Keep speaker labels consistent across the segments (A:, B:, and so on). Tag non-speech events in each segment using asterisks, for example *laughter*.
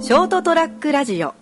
A: ショートトラックラジオ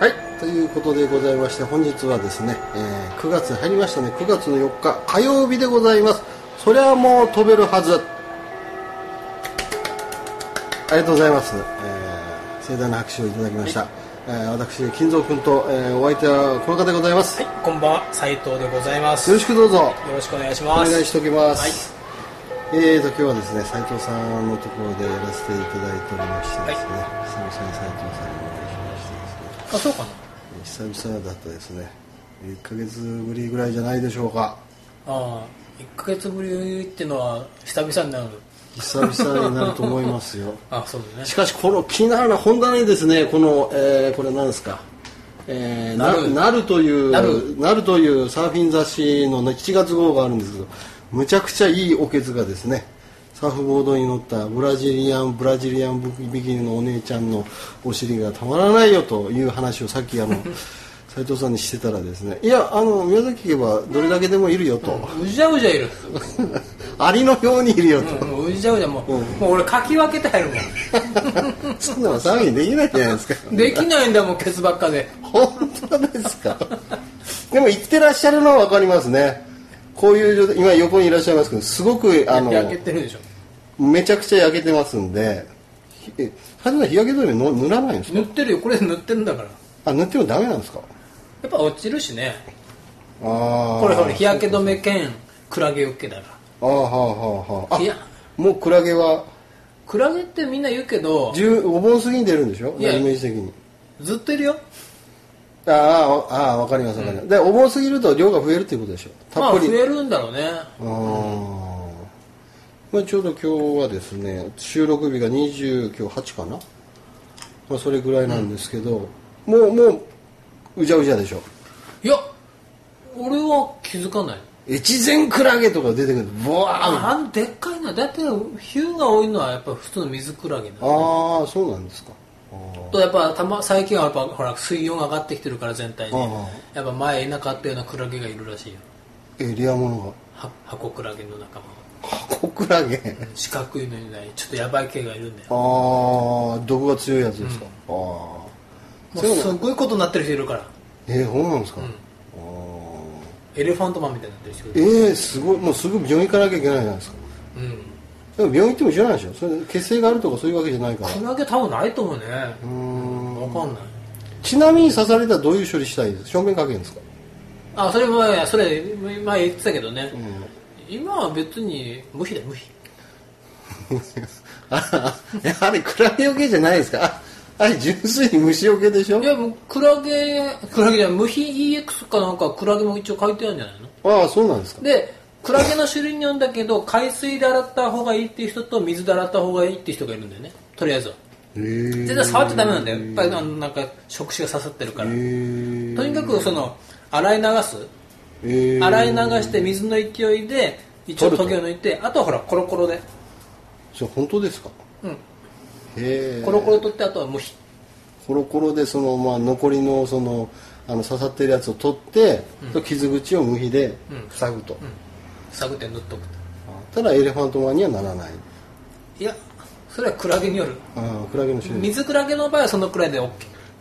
B: はい、ということでございまして本日はですね、えー9月入りましたね9月の4日火曜日でございますそりゃもう飛べるはずありがとうございます、えー盛大な拍手をいただきました、えー私金蔵君と、えーお相手はこの方でございます、
C: はい、こんばんは、斉藤でございます。
B: よ
C: よ
B: ろしくどうぞ
C: ろしくお願いし
B: お
C: ます。
B: 願いしておきます、えーと今日はですね斉藤さんのところでやらせていただいておりましてですね、久々に斉藤さんにお会いしましてですね
C: あ、そうかな。
B: 久々だったですね1ヶ月ぶりぐらいじゃないでしょうか
C: ああ、1ヶ月ぶりってのは久々になる。
B: 久々になると思いますよ
C: あ、そうだね
B: し。かしこの気になるのは本棚にですねこの、えーこれ何ですかえーな
C: なる
B: なるという
C: なる
B: なるというサーフィン雑誌のね7月号があるんですけどむちゃくちゃいいおけつがですねサーフボードに乗ったブラジリアンブラジリアンビキニのお姉ちゃんのお尻がたまらないよという話をさっき
C: *laughs*
B: あの斉藤さんにしてたらですねいやあの宮崎家はどれだけでもいるよ
C: *laughs*
B: と、
C: うじゃうじゃいる。
B: アリのようにいるよと、
C: うん、うじゃうじゃもう、もう俺かき分けて入る
B: そんなのサーフィンできないじゃないですか
C: もん。できないんだもん、ケツばっかで。
B: 本当ですかでも行ってらっしゃるのは分かりますねこういう状態今横にいらっしゃいますけどすごくあの
C: 焼けてるでしょ。
B: めちゃくちゃ焼けてますんでひえ初めは日焼け止めの塗らないんですか
C: 塗ってるよ、これ塗ってるんだから。や
B: あ塗ってもダメなんですか
C: っぱ落ちるしね。
B: ああ
C: これほら、日焼け止め兼クラゲよけだから。
B: ああはあはあはい
C: や
B: あもうクラゲは
C: クラゲってみんな言うけど、
B: じゅうお盆過ぎに出るんでしょ
C: い
B: イメ
C: や
B: ージ的に
C: ずっといるよ。
B: ああああ分かります分かります、でお盆過ぎると量が増えるということでしょ
C: ま
B: たっ
C: あ
B: ぷ
C: 増
B: り、
C: えるんだろうね。
B: あーまあ、ちょうど今日はですね収録日が28かな、まあ、それぐらいなんですけど、もうもううじゃうじゃでしょ
C: いや、俺は気づかない。
B: 越前クラゲとか出てくるブワーンあ
C: あのでっかいのはだいたいヒューが多いのはやっぱ普通の水クラゲなの
B: あーそうなんですかあー
C: とやっぱたま最近はやっぱほら水温が上がってきてるから全体に
B: ああ
C: やっぱ前いなかったようなクラゲがいるらしいよ
B: えレアもの
C: は箱クラゲの仲間が
B: が箱クラゲ
C: 四角いのにないちょっとやばい系がいるんだよ
B: ああ毒が強いやつですか、ああ
C: もうすごいことになってる人いるから
B: えー、そうなんですか、あ
C: エレファントマンみたいになってる人い
B: ー
C: る
B: えー、すごいもうすぐ病院行かなきゃいけないじゃないですか
C: うん
B: でも病院行っても一緒なんでしょそれ血清があるとかそういうわけじゃないから
C: クラゲ多分ないと思うね
B: うーん
C: わかんない
B: ちなみに刺されたらどういう処理したいです正面かけるんですか、 *laughs*
C: あそれも前それ前言ってたけどね今は別に無視だよ無視
B: ああれクラゲよけじゃないですかああれ純粋に虫よけでしょ
C: いやもうクラゲクラゲじゃない無比 EX かなんかクラゲも一応書いてあるんじゃないの
B: ああそうなんですか
C: でクラゲの種類によるんだけど海水で洗った方がいいっていう人と水で洗った方がいいっていう人がいるんだよねとりあえずは
B: へえ
C: 全然触っちゃダメなんだよやっぱりあのなんか触手が刺さってるからと
B: へ
C: にかくその洗い流す
B: え
C: 洗い流して水の勢いで一応トゲを抜いてあとはほらコロコロで
B: それ本当ですか
C: うん
B: へえ
C: コロコロ取ってあとは無比
B: コロコロでその、まあ、残りのそのあの刺さってるやつを取って、その傷口を無比で
C: うん
B: 塞ぐと、
C: 探って塗っとくと
B: ただエレファントマンにはならない
C: いやそれはクラゲによる
B: ああクラゲの種類
C: 水クラゲの場合はそのくらいで OK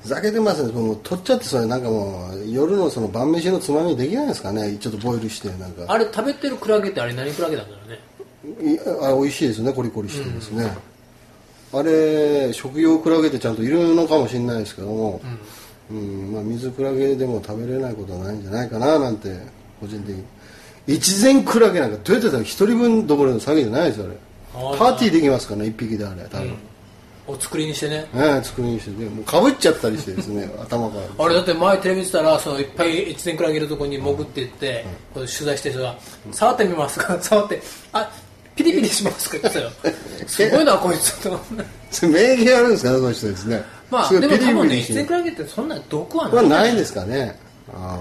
B: ふざけてますねもう取っちゃってそれなんかもう夜のその晩飯のつまみできないですかねちょっとボイルしてなんか
C: あれ食べてるクラゲってあれ何クラゲなんだろうね
B: いあ美味しいですねコリコリしてですね、あれ食用クラゲってちゃんといるのかもしれないですけども、うんまあ、水クラゲでも食べれないことはないんじゃないかななんて個人的に一膳クラゲなんかどうやってたら一人分どころの詐欺じゃないですよあ
C: あ
B: れ
C: ー
B: パーティーできますからね一匹であれ多分、
C: お作りにしてね
B: ええ作りにしてねもうかぶっちゃったりしてですね *laughs* 頭から
C: あれだって前テレビ見てたらそのいっぱい越前クラゲいるとこに潜っていって、こう取材してる人が「触ってみますか?」 *laughs* 触って「あピリピリしますか?」言ってたよ
B: *laughs*
C: すごいなこいつと
B: それ名言あるんですかねその人ですね
C: まあ
B: すご
C: で
B: い
C: も
B: ピリピ
C: 多分ね
B: リして
C: 越前クラゲってそんなに毒は
B: これ
C: ない
B: はないですかねあ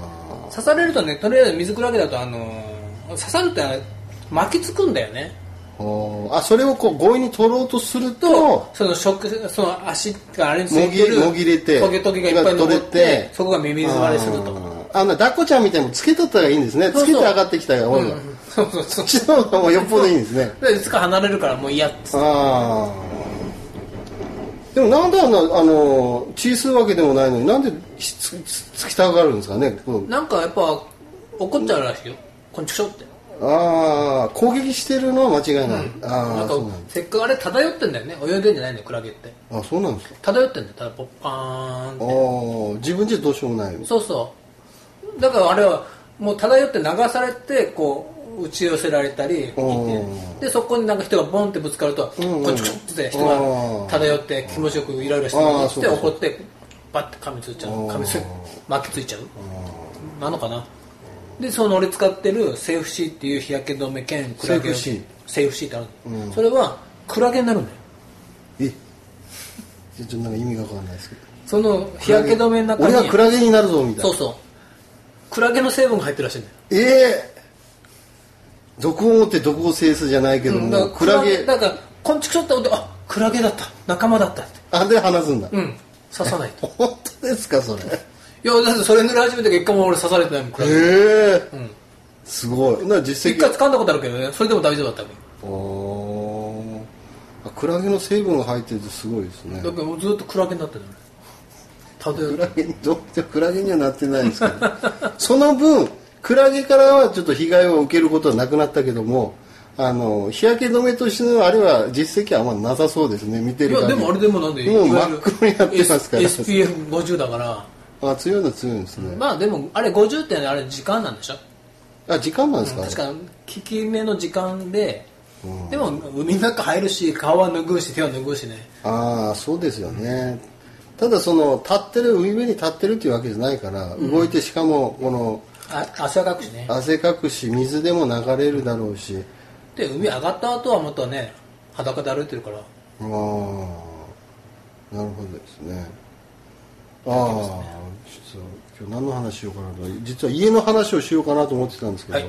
C: 刺されるとねとりあえず水クラゲだとあのー刺さるってのは巻きつくんだよね
B: おーあそれをこう強引に取ろうとすると
C: とその食その足があれにつ
B: も
C: い
B: ぎ
C: てる
B: もぎれて
C: トゲトゲがいっぱい残っ
B: 取れ
C: て
B: て
C: そこがミミズ割れすると
B: あーあんな抱っこちゃんみたいにもつけとったらいいんですね
C: そう
B: つけて上がってきたら多いの、
C: そうそうそ
B: こっちの方がもうよっぽどいいんですね
C: うでいつか離れるからもう嫌っつって
B: ああでもなんであんなあの小さいわけでもないのになんでひつつつきたがるんですかねこう
C: なんかやっぱ怒っちゃうらしいよこんちくしょって
B: ああ攻撃してるのは間違いない、あ
C: な
B: あ
C: んか
B: そうなん
C: せっかくあれ漂ってんだよね泳いでんじゃないのクラゲって
B: あそうなんですか
C: 漂ってんだよただポッパーンって
B: ああ自分じゃどうしようもない
C: そうそうだからあれはもう漂って流されてこう打ち寄せられたり来て
B: うん
C: でそこになんか人がボンってぶつかると、
B: んうん
C: こっちこっちって人
B: うん
C: が漂って気持ちよくいろいろして
B: あー
C: き
B: そう
C: て
B: かそうか
C: 怒ってパッて噛みついちゃう
B: うん
C: 噛みつい巻きついちゃうなのかなでその俺使ってるセーフシーっていう日焼け止め兼クラゲを
B: セーフシ
C: セーフシーってある、それはクラゲになるんだよ
B: えちょっとなんか意味がわかんないですけど
C: その日焼け止めの中に
B: 俺はクラゲになるぞみたいな
C: そうそうクラゲの成分が入ってるらしいんだよ
B: ええ毒を持って毒を制すじゃないけど
C: うん
B: も、
C: だ
B: ク
C: から
B: ラゲ
C: だから昆虫取ったことあクラゲだった仲間だったって
B: あで話すんだ、
C: うん刺さないと
B: 本当ですかそれえ
C: *laughs* いやだってそれ塗り始めてから一回も俺刺されてないもんク
B: え
C: ラゲ
B: すごいな実
C: 一
B: 績
C: 回掴んだことあるけどねそれでも大丈夫だったわけ
B: おーあクラゲの成分が入ってるってすごいですね
C: だけどもうずっとクラゲになってるのた
B: ク
C: と
B: ラゲにどうってクラゲにはなってないですけどその分クラゲからはちょっと被害を受けることはなくなったけどもあの日焼け止めとしてのあれは実績はあんまなさそうですね見て
C: えい
B: る
C: や
B: 感
C: で
B: じ
C: もあれでもなんで
B: もう
C: いわ
B: 真
C: ゆる
B: っ黒になってますから
C: S- SPF50 だから
B: あ強いのは強いんですね、
C: まあでもあれ50ってあれ時間なんでしょ
B: あ時間なんですか、
C: 確か効き目の時間ででも海の中入るし顔は拭うし手は拭うしね
B: ああそうですよね、ただその立ってる海辺に立ってるっていうわけじゃないから、動いてしかもこの
C: あ汗はかくしね
B: 汗かくし水でも流れるだろうし
C: で海上がった後はまたね裸で歩いてるから
B: ああなるほどですねああ実は今日何の話しようかなと実は家の話をしようかなと思ってたんですけど、
C: はい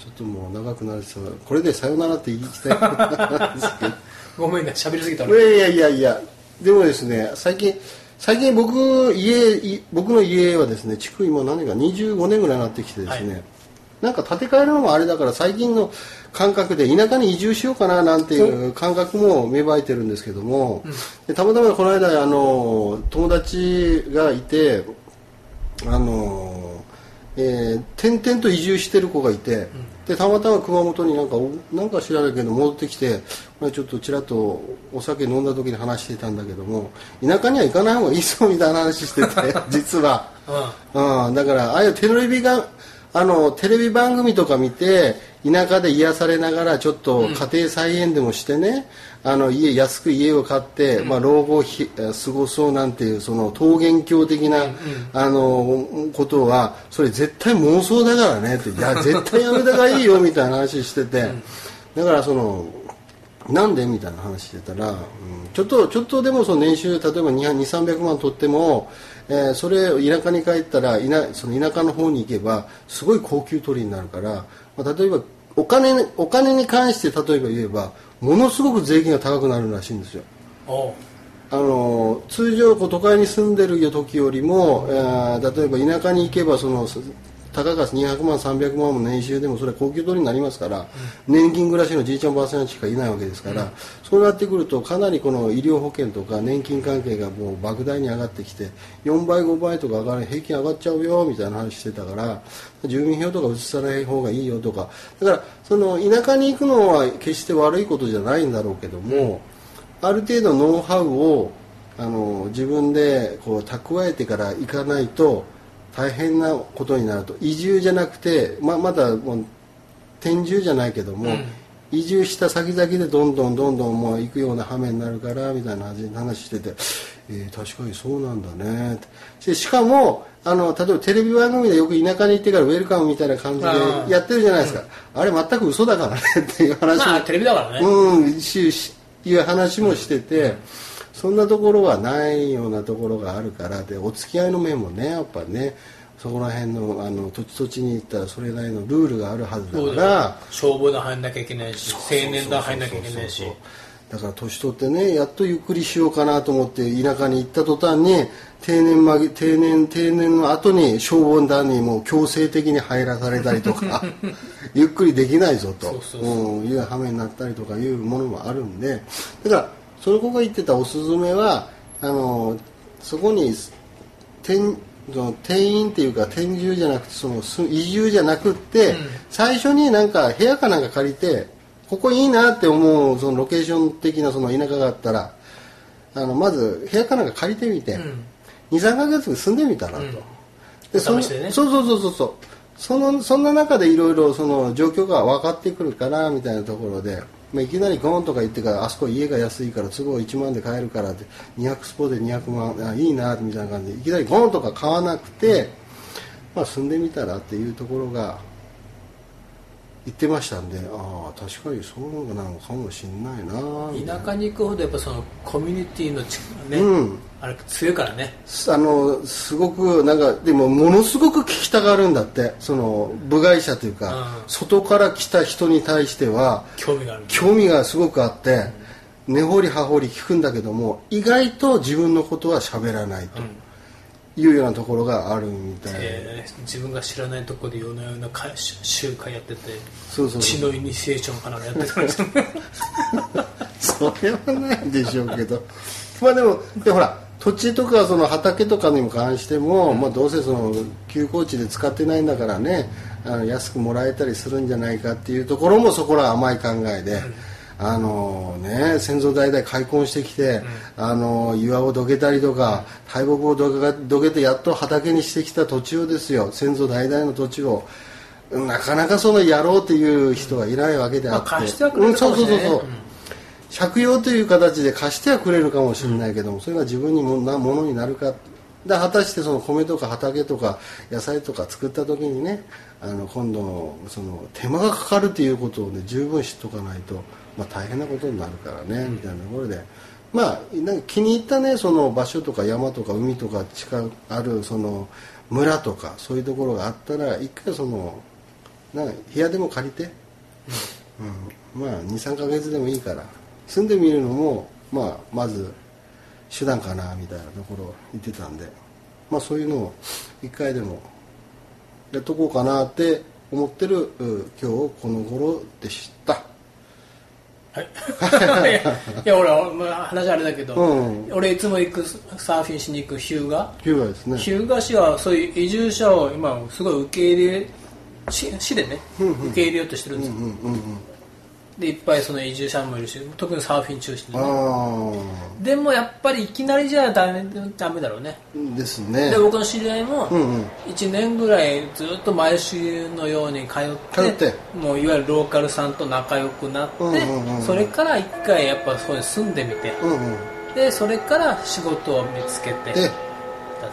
B: ちょっともう長くなりそうだこれでさよならって言いたいと思ったんですけど
C: ごめんね喋りすぎた
B: い
C: ら
B: やいやいやいやでもですね最近最近僕家い僕の家はですね築今何が25年ぐらいになってきてですね、
C: はい
B: なんか建て替えるのもあれだから最近の感覚で田舎に移住しようかななんていう感覚も芽生えてるんですけども、でたまたまこの間あの友達がいてあのえー転々と移住してる子がいて、でたまたま熊本になんかおなんか知らないけど戻ってきてまあちょっとちらっとお酒飲んだ時に話してたんだけども田舎には行かない方がいいそうみたいな話して *laughs* て実は、
C: う
B: うん、だからああいうテレビがあのテレビ番組とか見て田舎で癒されながらちょっと家庭菜園でもしてね、あの家安く家を買って、まあ、老後をひえ過ごそうなんていうその桃源郷的な、あのことはそれ絶対妄想だからねっていや絶対やめた方がいいよみたいな話してて、だからそのなんでみたいな話してたら、うんちょっとちょっとでもその年収例えば2300万取っても、えーそれ田舎に帰ったらいなその田舎の方に行けばすごい高級取りになるから、まあ、例えばお金お金に関して例えば言えばものすごく税金が高くなるらしいんですよ。
C: んおう
B: あの通常こう都会に住んでる時よりも、えー例えば田舎に行けばそのすたかが200万300万も年収でもそれは高級取りになりますから、年金暮らしのじいちゃんばあさんしかいないわけですから、そうなってくるとかなりこの医療保険とか年金関係がもう莫大に上がってきて4倍5倍とか上がる平均上がっちゃうよみたいな話してたから住民票とか移さない方がいいよとかだからその田舎に行くのは決して悪いことじゃないんだろうけども。ある程度ノウハウをあの自分でこう蓄えてから行かないと大変なことになると移住じゃなくてままだもう転住じゃないけども、
C: うん
B: 移住した先々でどんどんどんどんもう行くような羽目になるからみたいな話話してて、えー確かにそうなんだねってでしかもあの例えばテレビ番組でよく田舎に行ってからウェルカムみたいな感じ
C: あー
B: でやってるじゃないですかあれ全く嘘だからねっていう話
C: ま
B: も
C: あテレビだからね、
B: うん、ししいう話もしてて、そんなところはないようなところがあるからでお付き合いの面もねやっぱねそこら辺のあの土地土地に行ったらそれなりのルールがあるはず
C: そう
B: だか
C: だよ
B: ら
C: 消防団入んなきゃいけないし青年団入んなきゃいけないし
B: そうそうそうそうだから年取ってねやっとゆっくりしようかなと思って田舎に行った途端に定年まげ定年定年の後に消防団にもう強制的に入らされたりと
C: *laughs*
B: かゆっくりできないぞと
C: そうそうそ
B: うんいう羽目になったりとかいうものもあるんでだからその子が言ってたおすすめはあのそこに転その転院っていうか転住じゃなくてそのす移住じゃなくって、
C: うん
B: 最初になんか部屋かなんか借りてここいいなって思うそのロケーション的なその田舎があったらあのまず部屋かなんか借りてみて、
C: うん
B: 23か月住んでみたらと、
C: うん
B: その
C: 試してね
B: そうそうそうそうそうそのそんな中でいろいろその状況が分かってくるからみたいなところで、まあ、いきなりゴーンとか言ってからあそこ家が安いから都合1万で買えるからって200スポで200万あいいなみたいな感じでいきなりゴーンとか買わなくて、まあ、住んでみたらっていうところが言ってましたんでああ確かにそうなのかもしれないなみたいな
C: 田舎に行くほどやっぱそのコミュニティの力ね、
B: うん
C: あれ強いからね
B: すあのすごくなんかでもものすごく聞きたがるんだってその部外者というか、
C: うん
B: 外から来た人に対しては
C: 興味がある
B: 興味がすごくあって、根掘り葉掘り聞くんだけども意外と自分のことは喋らないと
C: うん
B: いうようなところがあるみたいな、
C: えー自分が知らないとこで夜な夜な会し集会やってて
B: そうそう
C: 血
B: そ
C: のイニシエーションかなんかやってたんですよ
B: うそれはないでしょうけどまあでもでほら土地とかその畑とかにも関しても、まあ、どうせその休耕地で使ってないんだからねあの安くもらえたりするんじゃないかっていうところもそこらは甘い考えで、あのね、先祖代々開墾してきて、あの岩をどけたりとか大木をどけがどけてやっと畑にしてきた土地をですよ先祖代々の土地を。なかなかそのやろうっていう人はいないわけであって、
C: まあ貸してはくれるかもしれないね
B: うんそうそうそうそう
C: うん
B: 借用という形で貸してはくれるかもしれないけども、それが自分にもなものになるかで果たしてその米とか畑とか野菜とか作った時にねあの今度その手間がかかるということをね十分知っとかないと、まあ、大変なことになるからね、みたいなところで。まあ、なんか気に入ったねその場所とか山とか海とか近くあるその村とかそういうところがあったら一回そのなんか部屋でも借りてうん、まあ23ヶ月でもいいから住んでみるのも、まあ、まず手段かなみたいなところを言ってたんで、まあ、そういうのを一回でもやっとこうかなって思ってるう今日この頃でした
C: *laughs* はいいやほらまあ話あれだけど、
B: うん
C: 俺いつも行くサーフィンしに行くヒューガ
B: 日はですね
C: 日向市はそういう移住者を今すごい受け入れ市市でね受け入れようとしてるんですよ、
B: うんうんうん
C: でいっぱいその移住者もいるし特にサーフィン中心で、ね、
B: あ
C: でもやっぱりいきなりじゃダメダメだろうね
B: あですね
C: で僕の知り合いも
B: うんうん
C: 1年ぐらいずっと毎週のように通って
B: 通って
C: もういわゆるローカルさんと仲良くなって、
B: うんうんうん
C: それから一回やっぱそういう住んでみて
B: うんうん
C: でそれから仕事を見つけて
B: で
C: だっ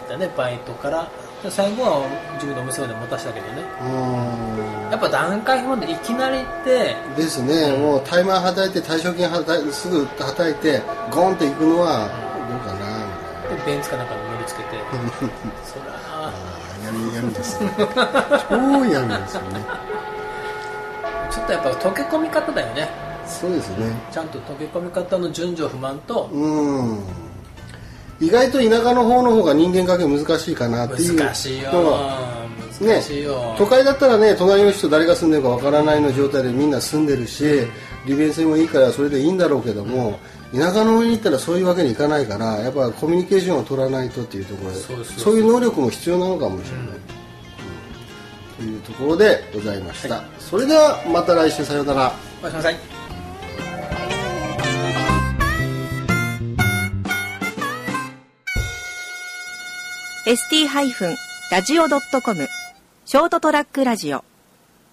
C: たねバイトからで最後は自分のお店まで持たせたけどね
B: あ
C: やっぱ段階踏んでいきなりって
B: あですねもうタイマーはたいて退職金はたいすぐはたいてゴンっていくのはどうかなみたいな
C: でベンツかなんかに乗りつけてそら
B: 闇闇ですね超闇ですよね
C: ちょっとやっぱ溶け込み方だよね
B: そうですね
C: ちゃんと溶け込み方の順序不満と
B: うん意外と田舎の方の方が人間関係難しいかなっていう
C: 難しいよ
B: のは
C: 難しいよ、
B: 都会だったらね隣の人誰が住んでるかわからないの状態でみんな住んでるし利便性もいいからそれでいいんだろうけども、田舎の上に行ったらそういうわけにいかないからやっぱコミュニケーションを取らないとっていうところで
C: そうそうそう
B: いう能力も必要なのかもしれない、うんというところでございました、
C: はい
B: それではまた来週さようなら
C: おやすみなさい
A: ー ST-radio.com ショートトラックラジオ